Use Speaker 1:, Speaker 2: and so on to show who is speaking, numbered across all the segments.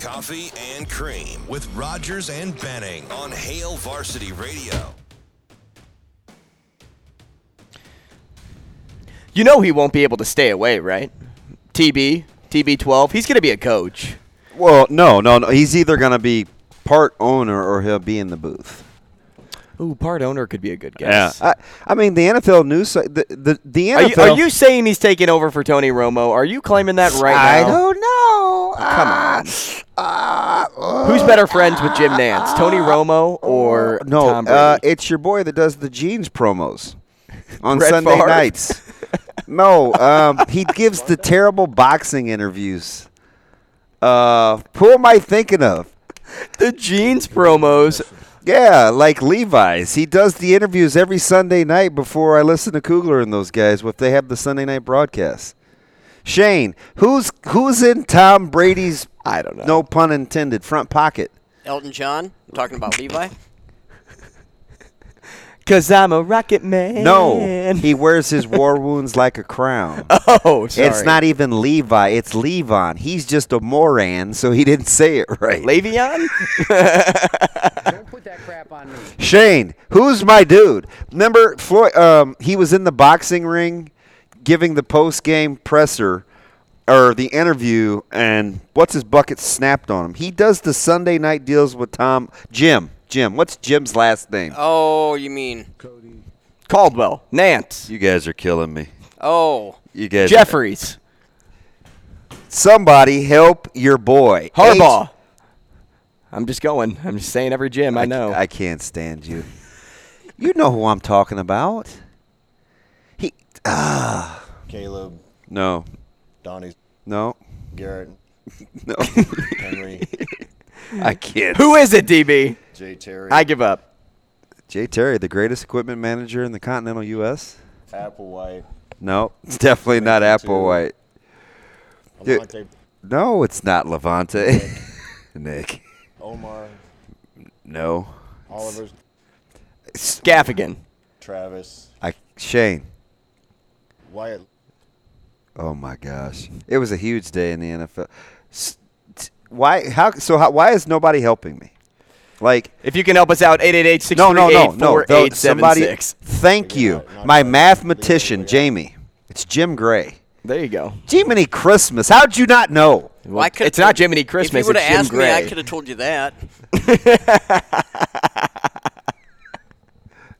Speaker 1: Coffee and Cream with Rogers and Benning on Hale Varsity Radio.
Speaker 2: You know he won't be able to stay away, right? TB, TB12, he's going to be a coach.
Speaker 3: Well, no, no, no. He's either going to be part owner or he'll be in the booth.
Speaker 2: Ooh, part owner could be a good guess.
Speaker 3: I, I mean, the NFL news, the the, the
Speaker 2: Are you,
Speaker 3: NFL.
Speaker 2: are you saying he's taking over for Tony Romo? Are you claiming that right
Speaker 3: I
Speaker 2: now?
Speaker 3: don't know.
Speaker 2: Come on. Who's better friends with Jim Nance, Tony Romo or
Speaker 3: No,
Speaker 2: Tom Brady?
Speaker 3: Uh, it's your boy that does the jeans promos on
Speaker 2: Brett
Speaker 3: Sunday
Speaker 2: Favre?
Speaker 3: nights. no, um, he gives the terrible boxing interviews. Uh, who am I thinking of?
Speaker 2: the jeans promos.
Speaker 3: Yeah, like Levi's. He does the interviews every Sunday night before I listen to Kugler and those guys if they have the Sunday night broadcast. Shane, who's who's in Tom Brady's
Speaker 2: I don't know.
Speaker 3: no pun intended front pocket?
Speaker 4: Elton John. I'm talking about Levi.
Speaker 2: Cause I'm a rocket man.
Speaker 3: No, he wears his war wounds like a crown.
Speaker 2: oh, sorry.
Speaker 3: It's not even Levi, it's Levon. He's just a moron, so he didn't say it right.
Speaker 2: Le'Veon.
Speaker 3: Shane, who's my dude? Remember, Floyd? Um, he was in the boxing ring, giving the post-game presser or the interview, and what's his bucket snapped on him. He does the Sunday night deals with Tom Jim. Jim, what's Jim's last name?
Speaker 4: Oh, you mean?
Speaker 2: Caldwell, Nance,
Speaker 3: You guys are killing me.
Speaker 4: Oh,
Speaker 3: You guys,
Speaker 2: Jeffries,
Speaker 3: Somebody help your boy
Speaker 2: Harbaugh.
Speaker 3: H-
Speaker 2: I'm just going. I'm just saying every Jim I know.
Speaker 3: I can't stand you. You know who I'm talking about. He ah
Speaker 5: Caleb,
Speaker 3: no
Speaker 5: Donnie,
Speaker 3: no
Speaker 5: Garrett,
Speaker 3: no.
Speaker 5: Henry,
Speaker 3: I can't.
Speaker 2: Who is it, DB?
Speaker 5: Jay Terry,
Speaker 2: I give up.
Speaker 3: Jay Terry, the greatest equipment manager in the continental U.S.
Speaker 5: Applewhite,
Speaker 3: No, it's definitely not Applewhite. Dude.
Speaker 5: Alante,
Speaker 3: No, it's not Levante. Nick,
Speaker 5: Omar,
Speaker 3: no.
Speaker 5: Oliver,
Speaker 2: Gaffigan.
Speaker 5: Travis,
Speaker 3: I Shane.
Speaker 5: Wyatt,
Speaker 3: Oh my gosh, it was a huge day in the NFL. S- t- Why? How? So how, why is nobody helping me? Like
Speaker 2: If you can help us out, 888
Speaker 3: no, no, no, no. Though Somebody. Thank you,
Speaker 5: Not- not
Speaker 3: my
Speaker 5: right.
Speaker 3: mathematician,
Speaker 5: Leave it
Speaker 3: Jamie. It's Jim Gray.
Speaker 2: There you go.
Speaker 3: Jiminy Christmas. How'd you not know?
Speaker 4: Well, I could-
Speaker 2: it's not Jiminy
Speaker 4: if you
Speaker 2: Christmas.
Speaker 4: would
Speaker 2: it's
Speaker 4: have
Speaker 2: Jim
Speaker 4: asked
Speaker 2: Gray.
Speaker 4: me, I could have told you that.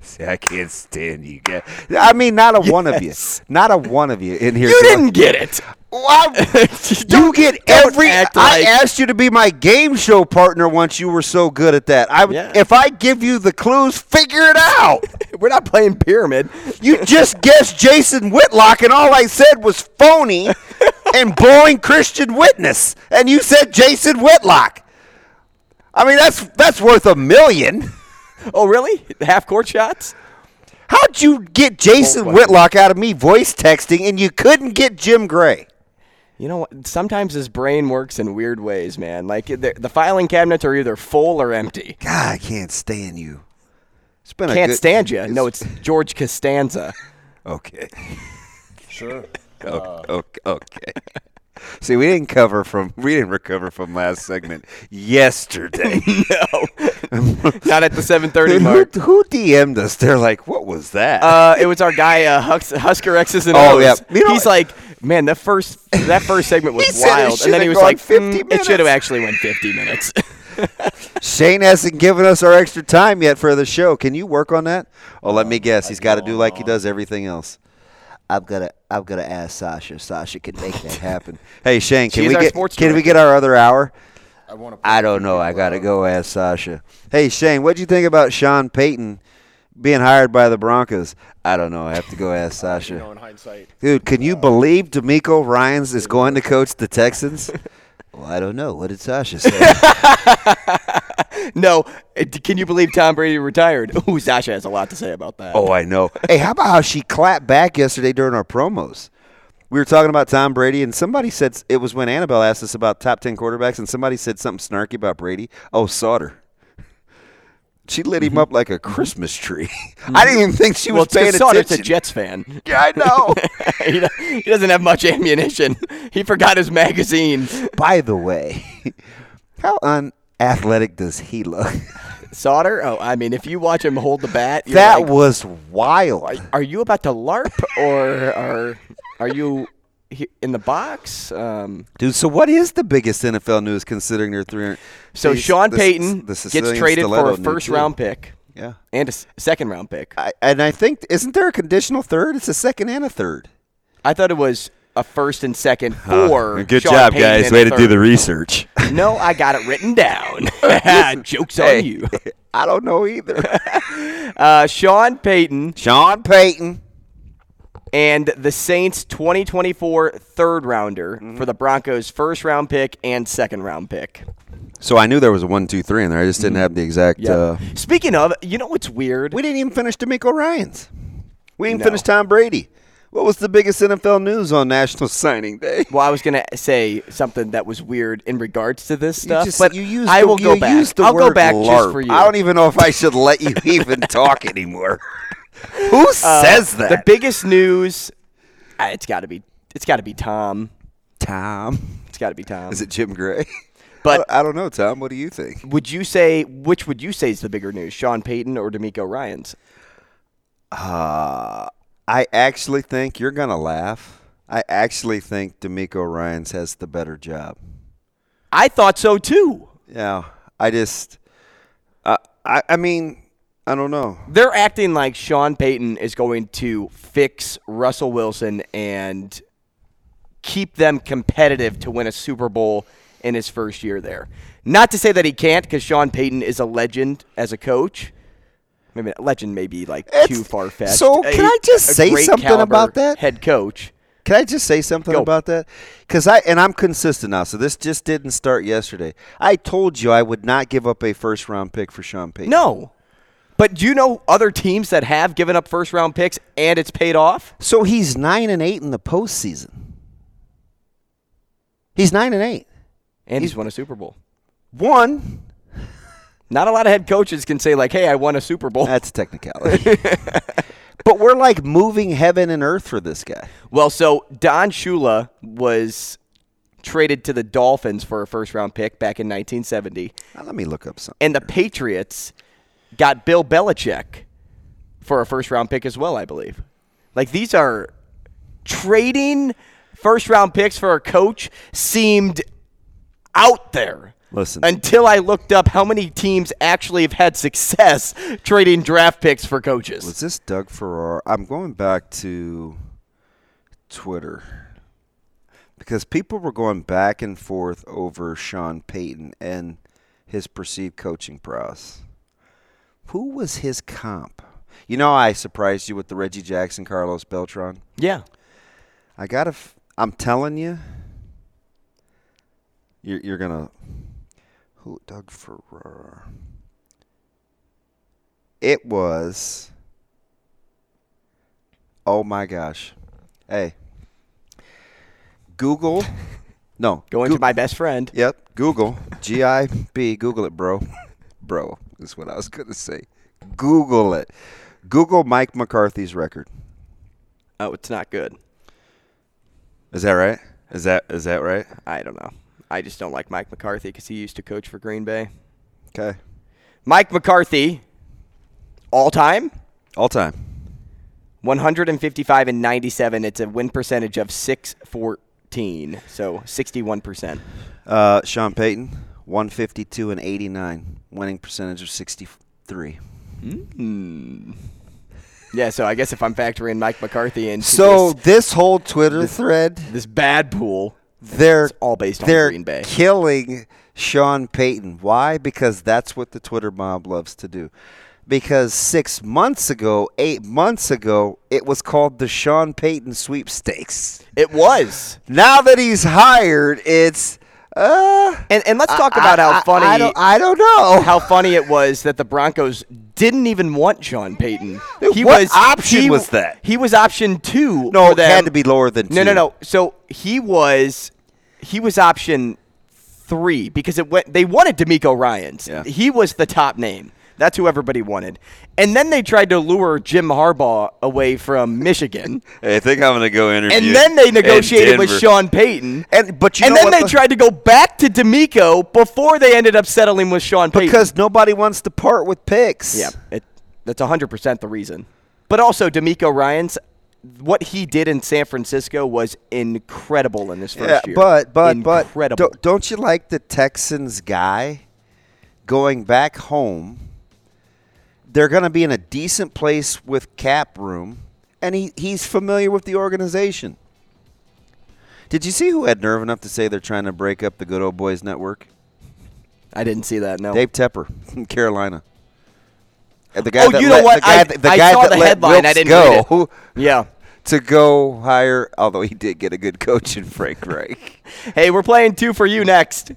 Speaker 3: See, I can't stand you guys. I mean, not a one of you.
Speaker 2: Yes.
Speaker 3: Not a one of you in here.
Speaker 2: You
Speaker 3: going,
Speaker 2: didn't get it.
Speaker 3: Wow. you
Speaker 2: Don't-
Speaker 3: get
Speaker 2: don't
Speaker 3: every.
Speaker 2: act
Speaker 3: I
Speaker 2: like-
Speaker 3: asked you to be my game show partner once you were so good at that. I,
Speaker 2: Yeah.
Speaker 3: If I give you the clues, figure it out.
Speaker 2: We're not playing pyramid.
Speaker 3: you just guessed Jason Whitlock, and all I said was phony and blowing Christian witness, and you said Jason Whitlock. I mean, that's that's worth a million.
Speaker 2: Oh, really? Half court shots?
Speaker 3: How'd you get Jason
Speaker 2: Well,
Speaker 3: Whitlock out of me voice texting and you couldn't get Jim Gray?
Speaker 2: You know what? Sometimes his brain works in weird ways, man. Like the, the filing cabinets are either full or empty.
Speaker 3: God, I can't stand you. It's been a
Speaker 2: Can't
Speaker 3: good,
Speaker 2: stand you. No, it's George Costanza.
Speaker 3: okay.
Speaker 5: sure.
Speaker 3: O- Okay. okay. See, we didn't cover from we didn't recover from last segment yesterday.
Speaker 2: Not at the 7:30
Speaker 3: Dude, who,
Speaker 2: mark.
Speaker 3: who DM'd us? They're like, what was that?
Speaker 2: Uh, it was our guy uh, Hux, Husker X's and
Speaker 3: Oh,
Speaker 2: O's.
Speaker 3: yeah. You know-
Speaker 2: He's like, man, that first that first segment was
Speaker 3: He said it
Speaker 2: wild, and
Speaker 3: should've
Speaker 2: then he was
Speaker 3: gone
Speaker 2: like,
Speaker 3: 50
Speaker 2: "Mm, it
Speaker 3: minutes."
Speaker 2: should have actually went 50 minutes.
Speaker 3: Shane hasn't given us our extra time yet for the show. Can you work on that? Oh, let me guess. He's got to do like he does everything else. I've got to. I've got to ask Sasha. Sasha can make that happen. hey Shane, can
Speaker 2: She's
Speaker 3: we
Speaker 2: our
Speaker 3: get?
Speaker 2: sports
Speaker 3: Can we
Speaker 2: director.
Speaker 3: get our other hour?
Speaker 5: I want to.
Speaker 3: I don't know. I got to go ask Sasha. Hey Shane, what'd you think about Sean Payton being hired by the Broncos? I don't know. I have to go ask Sasha.
Speaker 5: You know, in hindsight,
Speaker 3: Dude, can you believe D'Amico Ryans is going to coach the Texans? well, I don't know. What did Sasha say?
Speaker 2: No, uh, d- can you believe Tom Brady retired? Ooh, Sasha has a lot to say about that.
Speaker 3: oh, I know. Hey, how about how she clapped back yesterday during our promos? We were talking about Tom Brady, and somebody said s- it was when Annabelle asked us about top 10 quarterbacks, and somebody said something snarky about Brady. Oh, Sauter. She lit him up like a Christmas tree. I didn't even think she
Speaker 2: Mm-hmm. well,
Speaker 3: was paying
Speaker 2: it's 'cause Sauter's a
Speaker 3: attention.
Speaker 2: Jets fan.
Speaker 3: yeah, I know.
Speaker 2: he do- he doesn't have much ammunition. He forgot his magazine.
Speaker 3: By the way, how unathletic does he look?
Speaker 2: Sauter. Oh, I mean, if you watch him hold the bat, you're
Speaker 3: that
Speaker 2: like,
Speaker 3: was wild.
Speaker 2: are you about to LARP or are are you he- in the box? Um,
Speaker 3: Dude, so what is the biggest NFL news considering they're 300?
Speaker 2: so
Speaker 3: Jeez,
Speaker 2: Sean
Speaker 3: the-
Speaker 2: Payton
Speaker 3: the
Speaker 2: gets
Speaker 3: Sicilian
Speaker 2: traded for
Speaker 3: stiletto
Speaker 2: a
Speaker 3: knew
Speaker 2: first
Speaker 3: too.
Speaker 2: round pick
Speaker 3: Yeah.
Speaker 2: and a s- second round pick.
Speaker 3: I, and I think, isn't there a conditional third? It's a second and a third.
Speaker 2: I thought it was a first and second for Sean Payton and a third.
Speaker 3: research.
Speaker 2: No, I got it written down. Jokes on you.
Speaker 3: I don't know either.
Speaker 2: Uh, Sean Payton
Speaker 3: Sean Payton.
Speaker 2: and the Saints 2024 third rounder
Speaker 3: Mm-hmm.
Speaker 2: for the Broncos first round pick and second round pick.
Speaker 3: So I knew there was a one, two, three in there. I just didn't have the exact. uh,
Speaker 2: Yeah. Speaking of, you know what's weird?
Speaker 3: Mm-hmm. we didn't even finish D'Amico Ryan's. We didn't
Speaker 2: No.
Speaker 3: finish Tom Brady. What was the biggest NFL news on National Signing Day?
Speaker 2: Well, I was gonna say something that was weird in regards to this stuff,
Speaker 3: just-
Speaker 2: but
Speaker 3: you used
Speaker 2: I
Speaker 3: the-
Speaker 2: will
Speaker 3: you
Speaker 2: go back.
Speaker 3: used the
Speaker 2: I'll go
Speaker 3: word
Speaker 2: back just
Speaker 3: LARP.
Speaker 2: for you.
Speaker 3: I don't even know if I should let you even talk anymore. Who says that?
Speaker 2: Uh, The biggest news, uh, it's got to be it's got to be Tom.
Speaker 3: Tom.
Speaker 2: It's got to be Tom.
Speaker 3: Is it Jim Gray?
Speaker 2: But-
Speaker 3: I I don't know, Tom. What do you think?
Speaker 2: Would you say which would you say is the bigger news, Sean Payton or D'Amico Ryan's?
Speaker 3: I actually think you're gonna laugh. I actually think D'Amico Ryan's has the better job.
Speaker 2: I thought so too.
Speaker 3: Yeah, I just, uh, I, I mean, I don't know.
Speaker 2: They're acting like Sean Payton is going to fix Russell Wilson and keep them competitive to win a Super Bowl in his first year there. Not to say that he can't, because Sean Payton is a legend as a coach. Maybe legend may be like too
Speaker 3: It's-
Speaker 2: far fetched.
Speaker 3: so can I just say
Speaker 2: great
Speaker 3: something
Speaker 2: caliber
Speaker 3: about that?
Speaker 2: Head coach.
Speaker 3: Can I just say something
Speaker 2: Go.
Speaker 3: about that? Because I and I'm consistent now, so this just didn't start yesterday. I told you I would not give up a first round pick for Sean Payton.
Speaker 2: No. But do you know other teams that have given up first round picks and it's paid off?
Speaker 3: So he's nine and eight in the postseason. He's nine and eight.
Speaker 2: And he's won a Super Bowl.
Speaker 3: One.
Speaker 2: Not a lot of head coaches can say like, "Hey, I won a Super Bowl."
Speaker 3: That's technicality. but we're like moving heaven and earth for this guy.
Speaker 2: Well, so Don Shula was traded to the Dolphins for a first round pick back in 1970,
Speaker 3: Now, let me look up something.
Speaker 2: and the Patriots got Bill Belichick for a first round pick as well, I believe. Like these are trading first round picks for a coach seemed out there.
Speaker 3: Listen.
Speaker 2: Until I looked up how many teams actually have had success trading draft picks for coaches.
Speaker 3: Was this Doug Farrar? I'm going back to Twitter because people were going back and forth over Sean Payton and his perceived coaching prowess. Who was his comp? You know, I surprised you with the Reggie Jackson, Carlos Beltran.
Speaker 2: yeah.
Speaker 3: I gotta. F- I'm telling you, you're you're gonna. Who Doug Ferrara? It was. Oh my gosh! Hey, Google. No,
Speaker 2: Going to my best friend.
Speaker 3: Yep, Google. G I B. Google it, bro. Bro is what I was gonna say. Google it. Google Mike McCarthy's record.
Speaker 2: Oh, it's not good.
Speaker 3: Is that right? Is that is that right?
Speaker 2: I don't know. I just don't like Mike McCarthy because he used to coach for Green Bay.
Speaker 3: Okay.
Speaker 2: Mike McCarthy, all time,
Speaker 3: All time.
Speaker 2: 155 and 97. It's a win percentage of 614, so 61%.
Speaker 3: Uh, Sean Payton, 152 and 89, winning percentage of 63.
Speaker 2: Yeah, so I guess if I'm factoring Mike McCarthy into
Speaker 3: So
Speaker 2: this,
Speaker 3: this whole Twitter thread,
Speaker 2: this bad pool,
Speaker 3: they're
Speaker 2: it's all based on
Speaker 3: they're
Speaker 2: Green Bay.
Speaker 3: killing Sean Payton. Why? Because that's what the Twitter mob loves to do. because six months ago, eight months ago, it was called the Sean Payton sweepstakes.
Speaker 2: It was.
Speaker 3: Now that he's hired, it's uh,
Speaker 2: And and let's talk about
Speaker 3: I-
Speaker 2: how
Speaker 3: I-
Speaker 2: funny
Speaker 3: I, don't, I don't know
Speaker 2: how funny it was that the Broncos didn't even want Sean Payton.
Speaker 3: Dude, what option was that?
Speaker 2: He was option two.
Speaker 3: No,
Speaker 2: for
Speaker 3: it had
Speaker 2: them.
Speaker 3: to be lower than
Speaker 2: No, no,
Speaker 3: two.
Speaker 2: no. So he was he was option three because it went. They wanted D'Amico Ryan's.
Speaker 3: Yeah.
Speaker 2: He was the top name. That's who everybody wanted. And then they tried to lure Jim Harbaugh away from Michigan.
Speaker 3: Hey, I think I'm gonna go interview.
Speaker 2: And then they negotiated with Sean Payton.
Speaker 3: And- but you
Speaker 2: and
Speaker 3: know
Speaker 2: then
Speaker 3: what
Speaker 2: they
Speaker 3: the-
Speaker 2: tried to go back to D'Amico before they ended up settling with Sean Payton.
Speaker 3: because nobody wants to part with picks.
Speaker 2: yeah, it, that's hundred percent the reason. But also D'Amico Ryan's, what he did in San Francisco was incredible in this first
Speaker 3: yeah.
Speaker 2: year.
Speaker 3: But but but
Speaker 2: incredible.
Speaker 3: don't, don't you like the Texans guy going back home? They're gonna be in a decent place with cap room, and he, he's familiar with the organization. Did you see who had nerve enough to say they're trying to break up the Good Old Boys Network?
Speaker 2: I didn't see that. No.
Speaker 3: Dave Tepper from Carolina. And The guy
Speaker 2: oh,
Speaker 3: that
Speaker 2: you know
Speaker 3: let-
Speaker 2: what?
Speaker 3: The guy,
Speaker 2: I,
Speaker 3: that- the
Speaker 2: I
Speaker 3: guy
Speaker 2: saw
Speaker 3: that
Speaker 2: the
Speaker 3: let
Speaker 2: headline. I
Speaker 3: Wilkes
Speaker 2: didn't
Speaker 3: go.
Speaker 2: read it. Yeah.
Speaker 3: to go hire, although he did get a good coach in Frank Reich.
Speaker 2: Hey, we're playing two for you next.